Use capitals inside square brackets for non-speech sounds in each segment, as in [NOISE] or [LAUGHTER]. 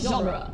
genre.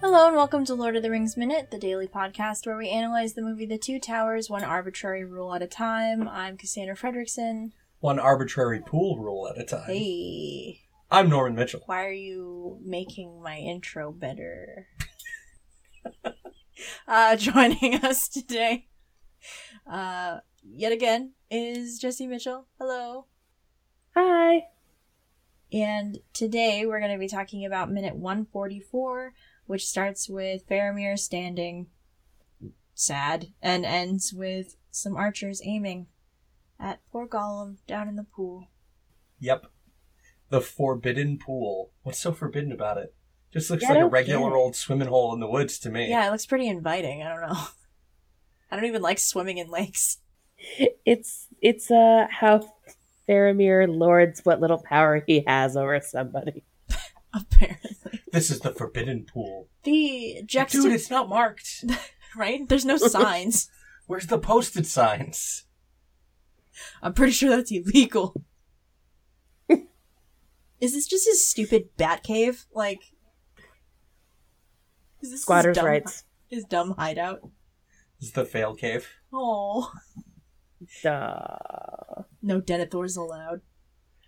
Hello and welcome to Lord of the Rings Minute, the daily podcast where we analyze the movie The Two Towers one arbitrary rule at a time. I'm Cassandra Fredrickson. One arbitrary pool rule at a time. Hey, I'm Norman Mitchell. why are you making my intro better? [LAUGHS] uh, joining [LAUGHS] us today, uh, yet again, is Jesse Mitchell. Hello. Hi. And today we're going to be talking about minute 144, which starts with Faramir standing sad and ends with some archers aiming at poor Gollum down in the pool. Yep. The forbidden pool. What's so forbidden about it? Just looks Yeah, I like a don't regular get it. old swimming hole in the woods to me. Yeah, it looks pretty inviting. I don't know. [LAUGHS] I don't even like swimming in lakes. [LAUGHS] It's it's uh how Faramir lords what little power he has over somebody. Apparently, This is the forbidden pool. the juxta Dude, it's not marked. [LAUGHS] right? There's no signs. Where's the posted signs? I'm pretty sure that's illegal. is this just his stupid bat cave? Like, is this his Squatters' dumb- rights. His dumb hideout. This is the fail cave. Oh, Duh. no Denethors allowed.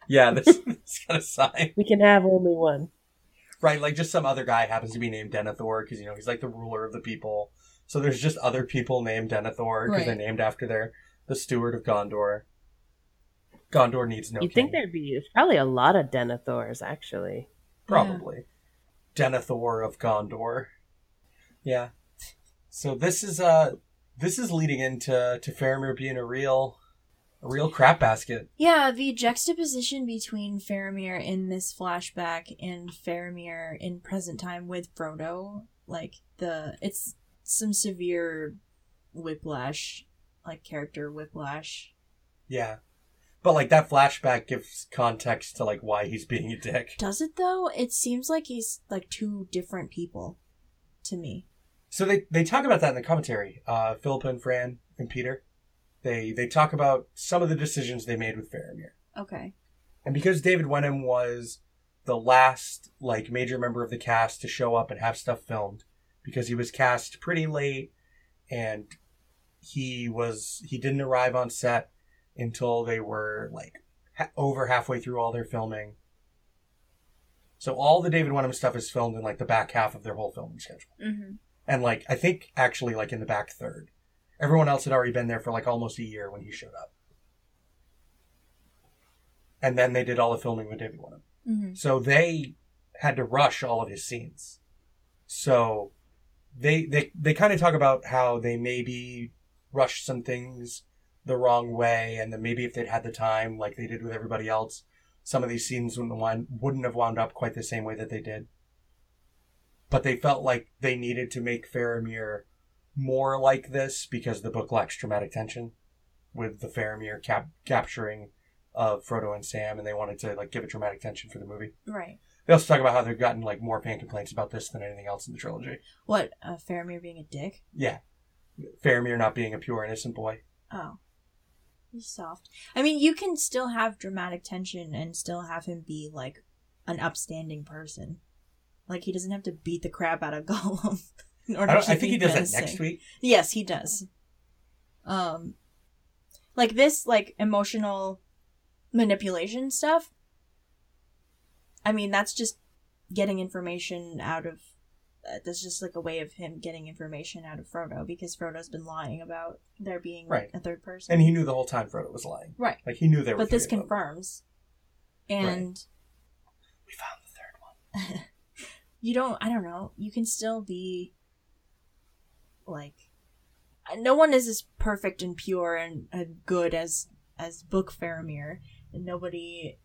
Yeah, this, [LAUGHS] this got a sign. We can have only one. Right, like just some other guy happens to be named Denethor because, you know, he's like the ruler of the people. So there's just other people named Denethor because they're Right. named after their the steward of Gondor. Gondor needs no You'd king. think there'd be there's probably a lot of Denethors actually. Probably. Denethor of Gondor. Yeah. So this is uh this is leading into to Faramir being a real a real crap basket. Yeah, the juxtaposition between Faramir in this flashback and Faramir in present time with Frodo, like the it's some severe whiplash, like character whiplash. Yeah. But like that flashback gives context to like why he's being a dick. Does it though? It seems like he's like two different people to me. So they they talk about that in the commentary. Uh Philippa and Fran and Peter. They they talk about some of the decisions they made with Faramir. Okay. And because David Wenham was the last like major member of the cast to show up and have stuff filmed, because he was cast pretty late and he was he didn't arrive on set until they were like ha- over halfway through all their filming. So all the David Wenham stuff is filmed in like the back half of their whole filming schedule. Mm-hmm. And like I think actually like in the back third. Everyone else had already been there for like almost a year when he showed up. And then they did all the filming with David Wenham. Mm-hmm. So they had to rush all of his scenes. So they they they kind of talk about how they maybe rushed some things the wrong way, and then maybe if they'd had the time, like they did with everybody else, some of these scenes wouldn't wind, wouldn't have wound up quite the same way that they did. But they felt like they needed to make Faramir more like this because the book lacks dramatic tension with the Faramir cap- capturing of Frodo and Sam, and they wanted to like give it dramatic tension for the movie. Right. They also talk about how they've gotten like more fan complaints about this than anything else in the trilogy. What? Uh, Faramir being a dick? Yeah, Faramir not being a pure innocent boy. Oh. He's soft. I mean, you can still have dramatic tension and still have him be like an upstanding person. Like he doesn't have to beat the crap out of [LAUGHS] Gollum. in order I, don't, to I think be he does that menacing. next week. Yes, he does. Um like this like emotional manipulation stuff. I mean, that's just getting information out of uh, that's just like a way of him getting information out of Frodo because Frodo's been lying about there being Right. a third person. And he knew the whole time Frodo was lying. right. Like he knew there um, were. But this three of them. confirms. And We found the third one. [LAUGHS] you don't i don't know you can still be like no one is as perfect and pure and, and good as as book faramir and nobody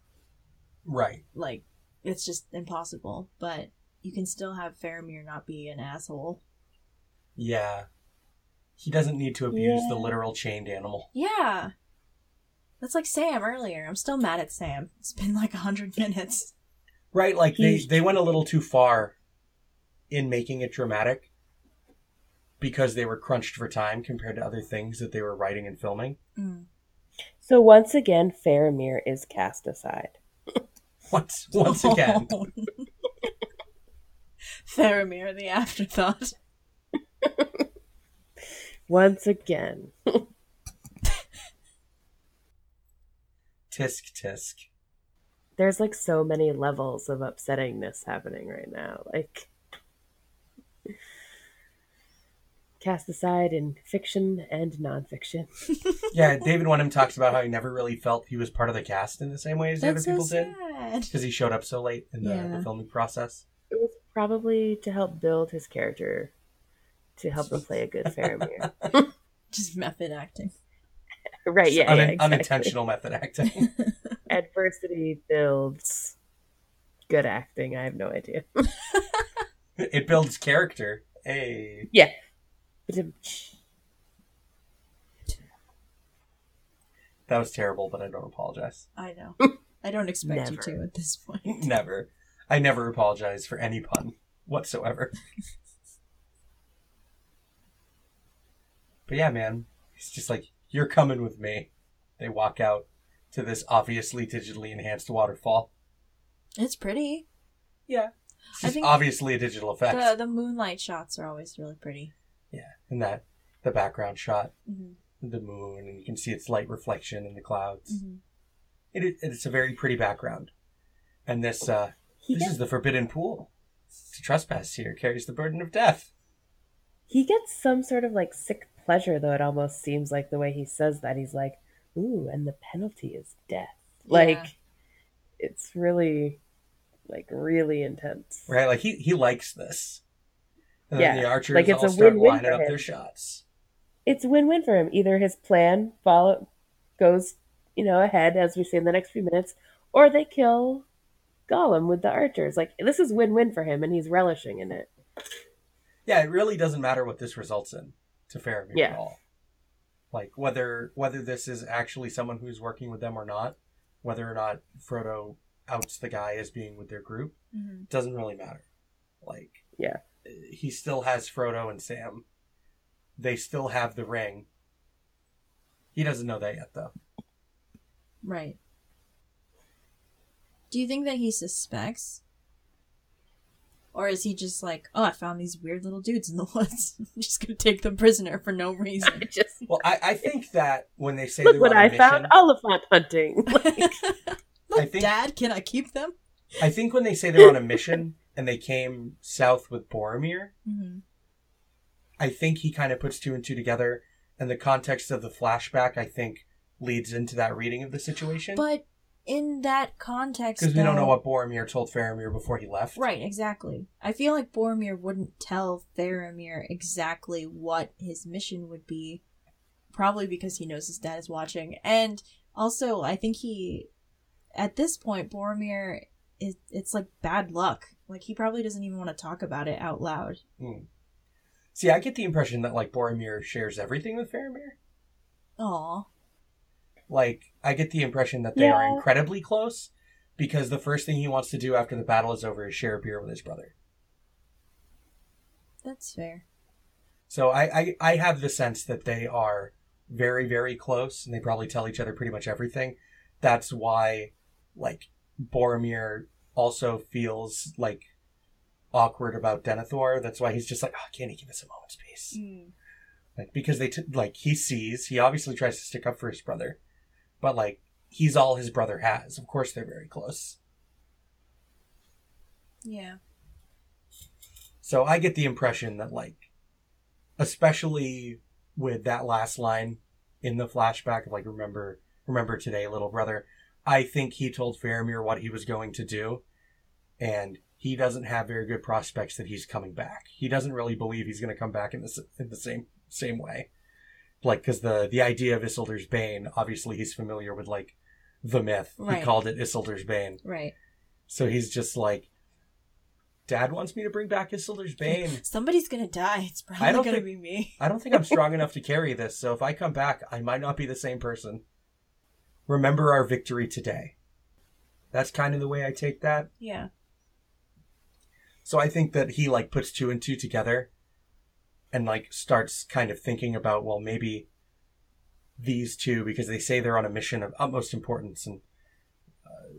Right. like it's just impossible but you can still have faramir not be an asshole Yeah. He doesn't need to abuse the Yeah. literal chained animal. yeah That's like Sam earlier. I'm still mad at Sam. It's been like a hundred [LAUGHS] minutes. Right, like they, He's- they went a little too far in making it dramatic because they were crunched for time compared to other things that they were writing and filming. [LAUGHS] Mm. So once again, Faramir is cast aside. Once once again. [LAUGHS] Faramir, the afterthought. Once again. tisk tisk. There's like so many levels of upsettingness happening right now. Like cast aside in fiction and nonfiction. Yeah, David Wenham talks about how he never really felt he was part of the cast in the same way as the other That's so people did sad. because he showed up so late in the, the Yeah. filming [LAUGHS] process. It was probably to help build his character to help him play a good Faramir. [LAUGHS] Just method acting. right, yeah. Un- yeah exactly. Unintentional method acting. [LAUGHS] Adversity builds good acting. I have no idea. it builds character. Hey, that was terrible, but I don't apologize. [LAUGHS] I know. I don't expect you Never. to at this point. Never. I never apologize for any pun whatsoever. [LAUGHS] but yeah, man, it's just like, you're coming with me. They walk out to this obviously digitally enhanced waterfall. It's pretty. Yeah. It's I just think obviously a digital effect. The the moonlight shots are always really pretty. Yeah. And that, the background shot, Mhm, the moon, and you can see its light reflection in the clouds. Mm-hmm. mhm. It is, it's a very pretty background. And this, uh, He this gets, is the forbidden pool. To trespass here carries the burden of death. he gets some sort of like sick pleasure, though. It almost seems like the way he says that he's like, "Ooh, and the penalty is death." Like, Yeah. it's really, like, really intense. Right? Like he he likes this. And then Yeah, the archers like, it's all a start win-win lining for up him. their shots. It's win-win for him. Either his plan follow goes, you know, ahead as we see in the next few minutes, or they kill Gollum with the archers. Like, this is win-win for him, and he's relishing in it. Yeah, it really doesn't matter what this results in to Faramir Yeah. at all. Like whether whether this is actually someone who's working with them or not, whether or not Frodo outs the guy as being with their group, Mhm. doesn't really matter. Like Yeah. he still has Frodo and Sam. They still have the ring. He doesn't know that yet though. Right. Do you think that he suspects? Or is he just like, oh, I found these weird little dudes in the [LAUGHS] woods. I'm just gonna take them prisoner for no reason. Just Well, I, I think that when they say look they're what on a I mission, found: Oh, Oliphant [LAUGHS] hunting. I think Dad, can I keep them? I think when they say they're on a mission [LAUGHS] and they came south with Boromir, Mm-hmm. I think he kind of puts two and two together, and the context of the flashback, I think, leads into that reading of the situation. But in that context, Because we don't know though- what Boromir told Faramir before he left. Right, exactly. I feel like Boromir wouldn't tell Faramir exactly what his mission would be, probably because he knows his dad is watching. And also, I think he, at this point, Boromir, is, it's like bad luck. Like, he probably doesn't even want to talk about it out loud. Hmm. See, I get the impression that, like, Boromir shares everything with Faramir. Aw. Like, I get the impression that they are Yeah. incredibly close because the first thing he wants to do after the battle is over is share a beer with his brother. That's fair. So I, I, I have the sense that they are very, very close and they probably tell each other pretty much everything. That's why, like, Boromir also feels, like, awkward about Denethor. That's why he's just like, oh, can he give us a moment's peace? Hmm, Like, because they, t- like, he sees, he obviously tries to stick up for his brother, but, like, he's all his brother has. Of course they're very close. Yeah. So I get the impression that, like, especially with that last line in the flashback of like, remember, remember today, little brother. I think he told Faramir what he was going to do, and he doesn't have very good prospects that he's coming back. He doesn't really believe he's going to come back in the s- in the same same way, like because the the idea of Isildur's Bane, obviously he's familiar with like the myth. Right. He called it Isildur's Bane. Right. So he's just like, Dad wants me to bring back Isildur's Bane. Somebody's gonna die. It's probably I don't gonna think- be me. I don't think I'm strong enough to carry this, so if I come back, I might not be the same person. remember our victory today. That's kind of the way I take that. Yeah. So I think that he like puts two and two together and like starts kind of thinking about, well, maybe these two, because they say they're on a mission of utmost importance and uh,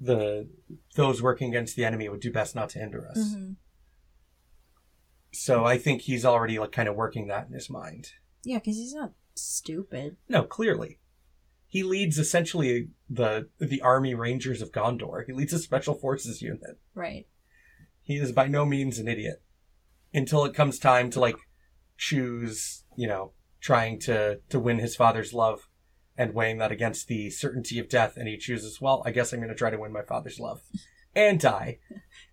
the those working against the enemy would do best not to hinder us. hmm So I think he's already like kind of working that in his mind. Yeah, because he's not stupid. No, clearly. He leads essentially the the army rangers of Gondor. He leads a special forces unit. Right. He is by no means an idiot. Until it comes time to like choose, you know, trying to to win his father's love and weighing that against the certainty of death and he chooses, well, I guess I'm going to try to win my father's love and die.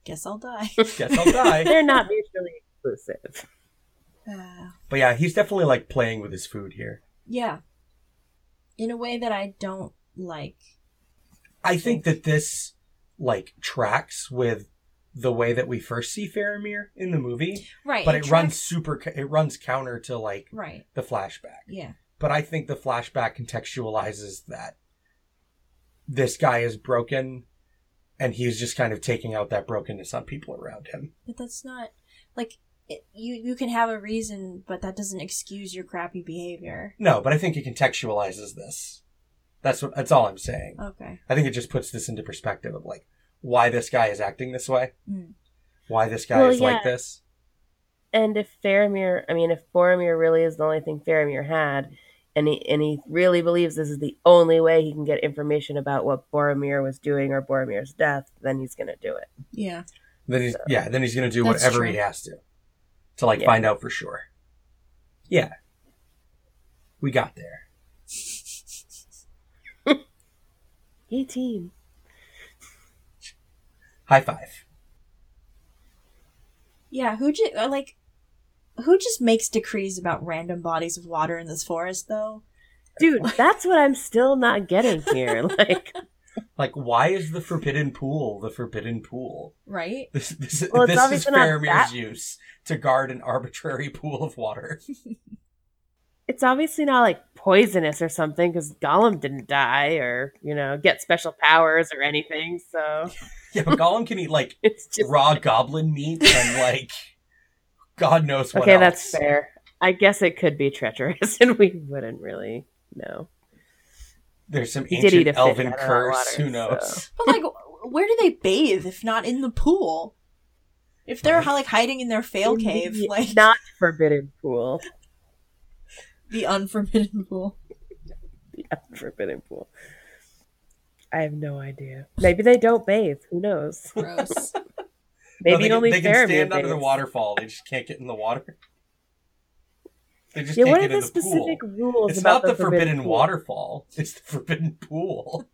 Guess I'll [LAUGHS] die. Guess I'll [LAUGHS] die. They're not mutually exclusive. Uh, but yeah, he's definitely like playing with his food here. yeah. In a way that I don't like. I think that this like tracks with the way that we first see Faramir in the movie, Right. but it runs tracks- super it runs counter to like Right. the flashback. Yeah. But I think the flashback contextualizes that this guy is broken and he's just kind of taking out that brokenness on people around him. But that's not like it, you. You can have a reason, but that doesn't excuse your crappy behavior. No, but I think it contextualizes this. That's what that's all I'm saying. Okay. I think it just puts this into perspective of like why this guy is acting this way, Mm. why this guy Well, is like yeah. this. And if Faramir, I mean, if Boromir really is the only thing Faramir had, and he and he really believes this is the only way he can get information about what Boromir was doing or Boromir's death, then he's gonna do it. Yeah. Then he's So- yeah. Then he's gonna do That's whatever true. he has to to like Yeah. find out for sure. Yeah, we got there. Yay, team! High five. Yeah. Who just like. Who just makes decrees about random bodies of water in this forest, though? Dude, that's what I'm still [LAUGHS] not getting here. Like, Like, why is the forbidden pool the forbidden pool? [LAUGHS] Right? This this, Well, it's this is obviously not Faramir's that- use to guard an arbitrary [LAUGHS] pool of [LAUGHS] water. it's obviously not like poisonous or something because Gollum didn't die or you know get special powers or anything. So [LAUGHS] yeah, but Gollum can eat like it's just raw goblin meat and like [LAUGHS] God knows what. [LAUGHS] okay. else. That's fair. I guess it could be treacherous, [LAUGHS] and we wouldn't really know. There's some He did eat ancient a fish elven out of hot curse. water, Who knows? so- But [LAUGHS] like, where do they bathe if not in the pool? If they're like hiding in their fail cave, [LAUGHS] Indeed, like not forbidden pool. the unforbidden pool. Forbidden pool. I have no idea. Maybe they don't bathe. Who knows? Gross. No, Maybe they, can- only they can Faramir stand under bathes. the waterfall. They just can't get in the water. They just Yeah, can't what are get the in the pool. specific rules? It's about not the forbidden, pool? waterfall. [LAUGHS] It's the forbidden pool.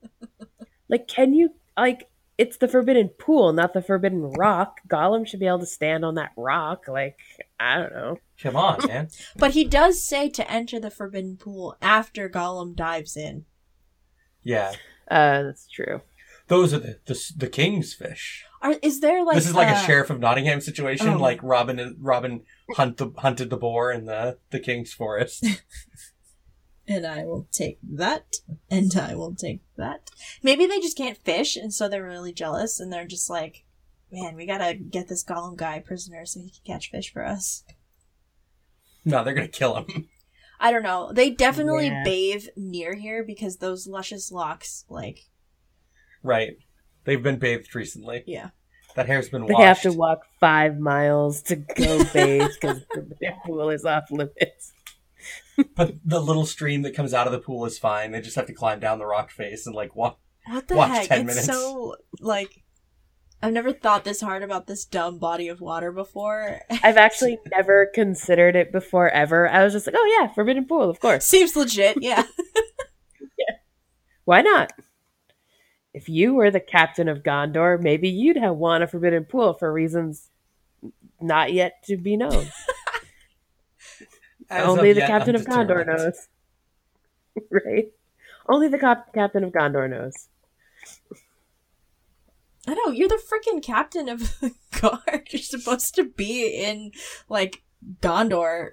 Like, can you like? It's the forbidden pool, not the forbidden rock. Gollum should be able to stand on that rock. Like, I don't know. Come on, man. but he does say to enter the forbidden pool after Gollum dives in. Yeah, Uh, that's true. those are the the, the king's fish. Are, is there like this is like a, uh, sheriff of Nottingham situation, oh. like Robin. Robin hunt the, hunted the boar in the the king's [LAUGHS] forest. And I will take that, and I will take that. Maybe they just can't fish, and so they're really jealous, and they're just like, "Man, we gotta get this Gollum guy prisoner so he can catch fish for us." no, they're gonna kill him. I don't know. They definitely Yeah. bathe near here because those luscious locks, like, Right? They've been bathed recently. yeah. That hair's been They washed. have to walk five miles to go [LAUGHS] bathe because the pool is off limits. But the little stream that comes out of the pool is fine. They just have to climb down the rock face and like walk. What the Watch heck? 10 it's minutes. so like I've never thought this hard about this dumb body of water [LAUGHS] before. I've [LAUGHS] actually never considered it before ever. I was just like, oh yeah, Forbidden Pool, of course. Seems legit, yeah. Why not? If you were the captain of Gondor, maybe you'd have won a Forbidden Pool for reasons not yet to be known. As Only of the yet, captain of Gondor undetermined. knows. [LAUGHS] right? Only the cop- captain of Gondor knows. I know you're the freaking captain of the [LAUGHS] guard. You're supposed to be in like Gondor.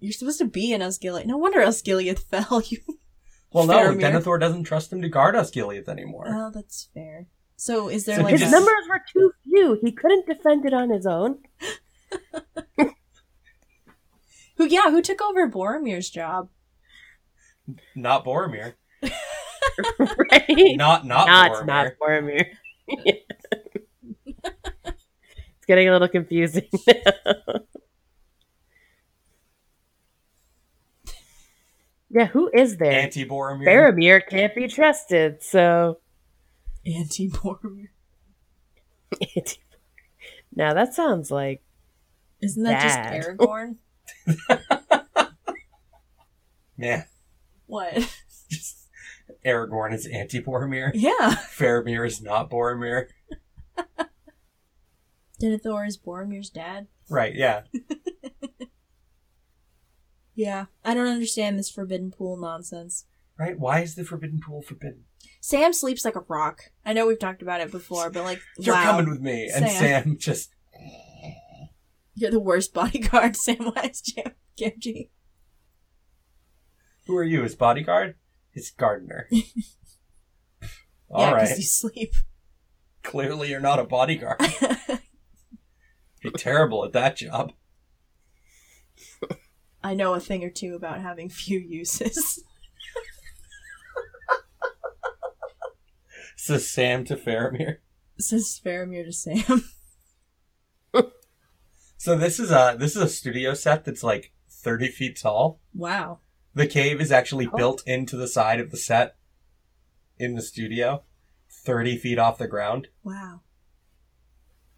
You're supposed to be in Osgiliath. No wonder Osgiliath [LAUGHS] fell. You Well, no, Faramir. Denethor doesn't trust him to guard us, Gilead, anymore. Uh, Oh, that's fair. So is there So like he His just- a- numbers were too few. He couldn't defend it on his own. [LAUGHS] who? Yeah, who took over Boromir's job? Not [LAUGHS] Boromir. Right? Not not, not Boromir. not Boromir. Yeah. [LAUGHS] it's getting a little confusing [LAUGHS] now. yeah, who is there? Anti Boromir. Faramir can't be trusted, so [LAUGHS] Anti Boromir. now that sounds like [LAUGHS] Isn't that Bad. just Aragorn? Man, what? [LAUGHS] just Aragorn is anti Boromir. Yeah. [LAUGHS] Faramir is not Boromir. Denethor is Boromir's dad. Right? Yeah. Yeah, I don't understand this forbidden pool nonsense. Right? Why is the Forbidden Pool forbidden? Sam sleeps like a rock. I know we've talked about it before, but like, You're wow, coming with me, and Sam. Sam just you're the worst bodyguard, [LAUGHS] Samwise Jam- Gamgee. Who are you? His bodyguard? His [LAUGHS] gardener. yeah, All right. you sleep. Clearly, you're not a [LAUGHS] bodyguard. You're terrible at that job. I know a thing or two about having few uses. [LAUGHS] So Sam to Faramir. Says Faramir to Sam. [LAUGHS] So this is a this is a studio set that's like 30 feet tall. Wow. The cave is actually built into the side of the set in the studio, 30 feet off the ground, Wow.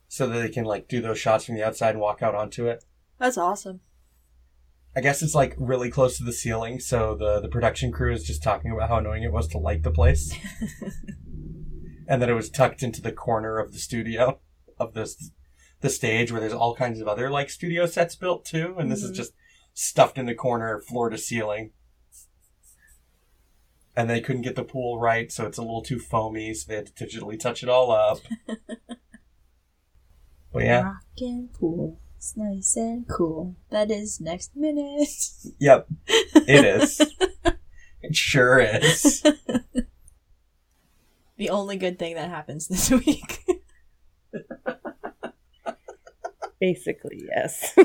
so that they can like do those shots from the outside and walk out onto it. That's awesome. I guess it's like really close to the ceiling, so the the production crew is just talking about how annoying it was to light the place, and that it was tucked into the corner of the studio of this the stage where there's all kinds of other like studio sets built too, and this Mhm. is just stuffed in the corner, floor to ceiling. And they couldn't get the pool right, so it's a little too foamy, so they had to digitally touch it all up. but yeah, Rock and pool. It's nice and cool. That is next minute. [LAUGHS] Yep, it is. it sure is. The only good thing that happens [LAUGHS] this week. basically yes. [LAUGHS]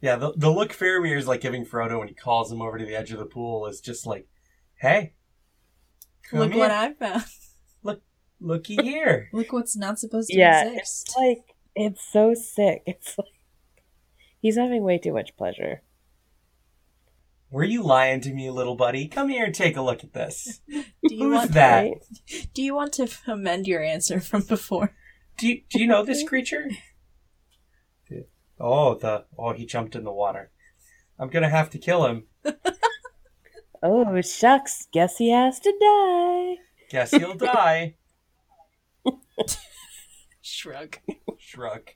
Yeah, the, the look Faramir is like giving Frodo when he calls him over to the edge of the pool is just like, hey, come Look here. what I found. [LAUGHS] looky here. Look what's not supposed to Yeah, exist. [LAUGHS] like it's so sick. [LAUGHS] It's like he's having way too much pleasure. Were you lying to me, little buddy? Come here and take a look at this. Do you Who's want that? Right? [LAUGHS] Do you want to amend your answer from before? [LAUGHS] Do you, do you know this creature? Oh, the oh, he jumped in the water. I'm gonna have to kill him. Oh shucks, guess he has to die. Guess [LAUGHS] he'll die. Shrug. Shrug.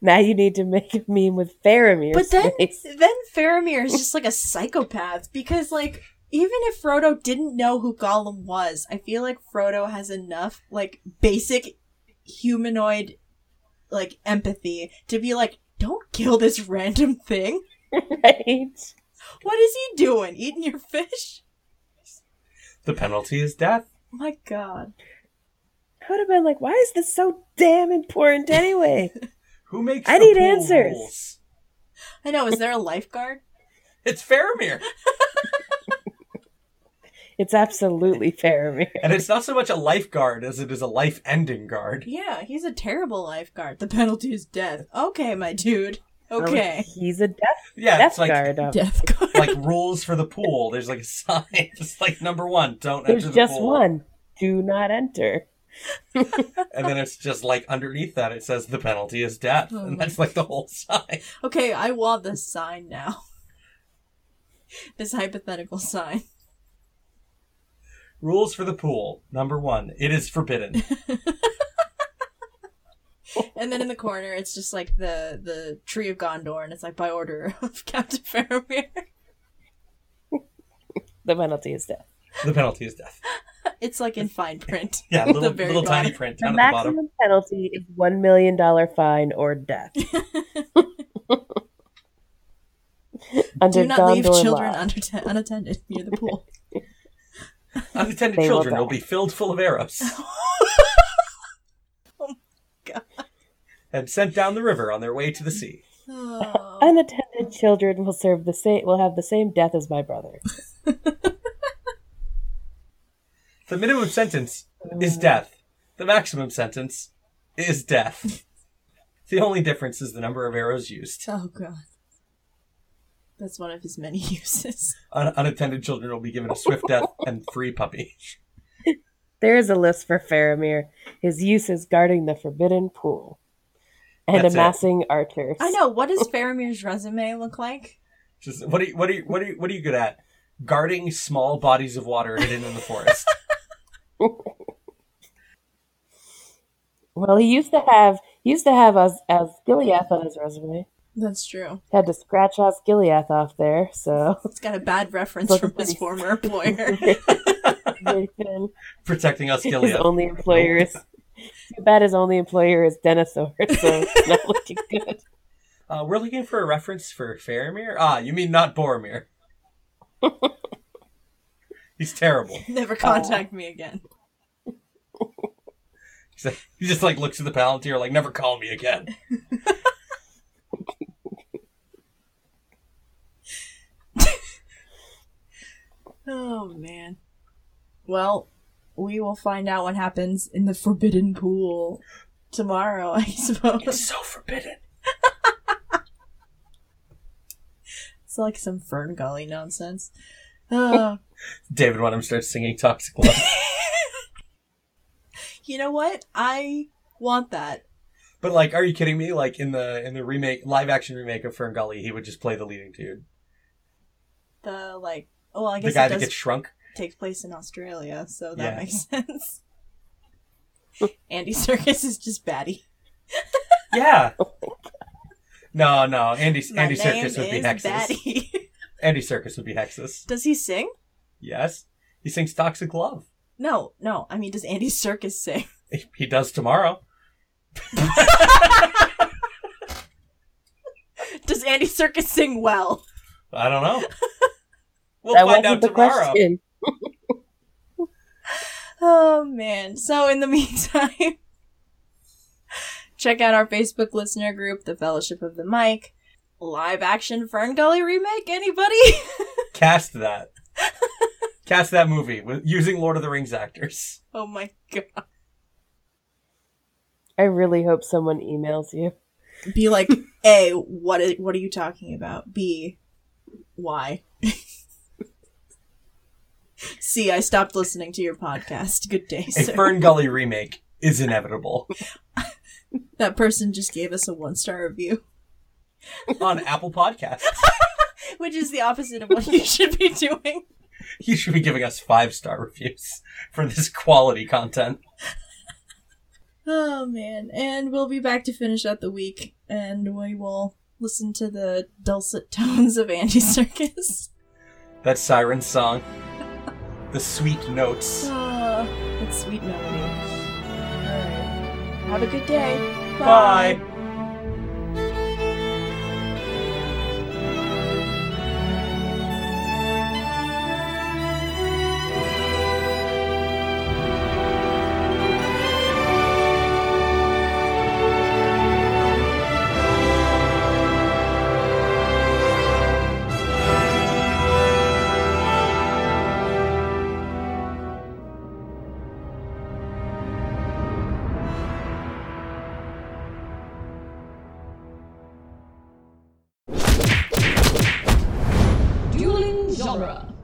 Now you need to make a meme with [LAUGHS] Faramir. But then then Faramir is just like a psychopath because like even if Frodo didn't know who Gollum was, I feel like Frodo has enough like basic humanoid like empathy to be like, don't kill this random thing. [LAUGHS] right? What is he doing? Eating your fish? [LAUGHS] The penalty is death. My God. I would have been like, why is this so damn [LAUGHS] important anyway? Who makes? I the need pool answers. rules? I know. Is there a lifeguard? It's Faramir. it's absolutely Faramir. And it's not so much a lifeguard as it is a life ending guard. Yeah, he's a terrible lifeguard. The penalty is death. Okay, my dude. [LAUGHS] Oh, Okay. he's a death, Yeah, death it's like guard. um, [LAUGHS] Death guard. like rules for the pool. There's like a sign. [LAUGHS] It's like number one, don't There's enter the just pool. one. Do not enter. And then it's just like underneath that it says the penalty is death. Oh and my- that's like the whole sign. Okay, I want this sign now. [LAUGHS] this hypothetical sign. Rules for the pool. Number one, it [LAUGHS] is forbidden. And then in the corner, it's just like the the tree of Gondor, and it's like by order [LAUGHS] of Captain Faramir. [LAUGHS] The penalty is death. The penalty is death. It's like in fine print. Yeah, The little very little tiny bottom. print The down at the bottom. maximum penalty is [LAUGHS] one million dollar fine or death. [LAUGHS] Under Do not Don leave Dorlaw. children unatt- unattended near the pool. [LAUGHS] Unattended They will children die. will be filled full of [LAUGHS] [LAUGHS] arrows Oh and sent down the river on their way to the sea. Oh. Unattended children will serve the same. Will have the same death as my brother. The minimum sentence is death. The maximum sentence is death. the only difference is the number of arrows used. Oh, God. That's one of his many [LAUGHS] uses. Un- unattended children will be given a swift death and free puppy. There is a list for Faramir. His use is guarding the forbidden pool and That's it. amassing archers. I know. What does Faramir's resume look like? Just what are you, what are you, what are you, what are you good at? Guarding small bodies of water hidden in the forest. Well, he used to have he used to have us as Gileath on his resume. That's true. Had to scratch us Gileath off there, [LAUGHS] so [LAUGHS] It's got a bad reference Look from at his these. former employer. [LAUGHS] Protecting us, his Gilead. only employer [LAUGHS] is too bad his only employer is Dinosaur, [LAUGHS] so it's not looking good. Uh, we're looking for a reference for Faramir. Ah, you mean not Boromir? He's terrible. Never contact me again. He's like, he just like looks at the palantir, like never call me again. Oh, man. Well, we will find out what happens in the Forbidden Pool tomorrow, [LAUGHS] I suppose. It's so forbidden. It's like some Fern Gully nonsense. Oh. David Wenham starts singing "Toxic Love." [LAUGHS] you know what? I want that. But like, are you kidding me? Like in the in the remake, live action remake of Fern Gully, he would just play the leading dude, The like, well, I the guess guy it that does [LAUGHS] gets shrunk. take place in Australia, so that Yeah. makes [LAUGHS] sense. Andy Circus is just batty. Yeah. Oh No, no, Andy My Andy name Circus would be is Hexus. Batty. [LAUGHS] Andy Circus would be Hexus. does he sing? Yes, he sings "Toxic Love." No, no. I mean, does Andy Circus sing? [LAUGHS] He, he does tomorrow. Does Andy Circus sing well? I [LAUGHS] don't know. We'll find that wasn't out the tomorrow. question. Oh man. So in the [LAUGHS] meantime, check out our Facebook listener group, The Fellowship of the Mic. Live action Fern Gully remake, anybody? [LAUGHS] Cast that. Cast that movie with, using Lord of the Rings actors. oh my god. I really hope someone emails you. be [LAUGHS] like a what is, what are you talking about b why [LAUGHS] c i stopped listening to your podcast good day A sir Fern Gully remake is inevitable [LAUGHS] that person just gave us a one star review on Apple Podcasts. which is the opposite of what you [LAUGHS] should be doing You should be giving us five star reviews for this quality content. oh man and we'll be back to finish out the week and we will listen to the dulcet [LAUGHS] tones of andy circus That siren song, the sweet [LAUGHS] notes. Ah, that sweet melody all right have a good day Bye. Dueling Genre.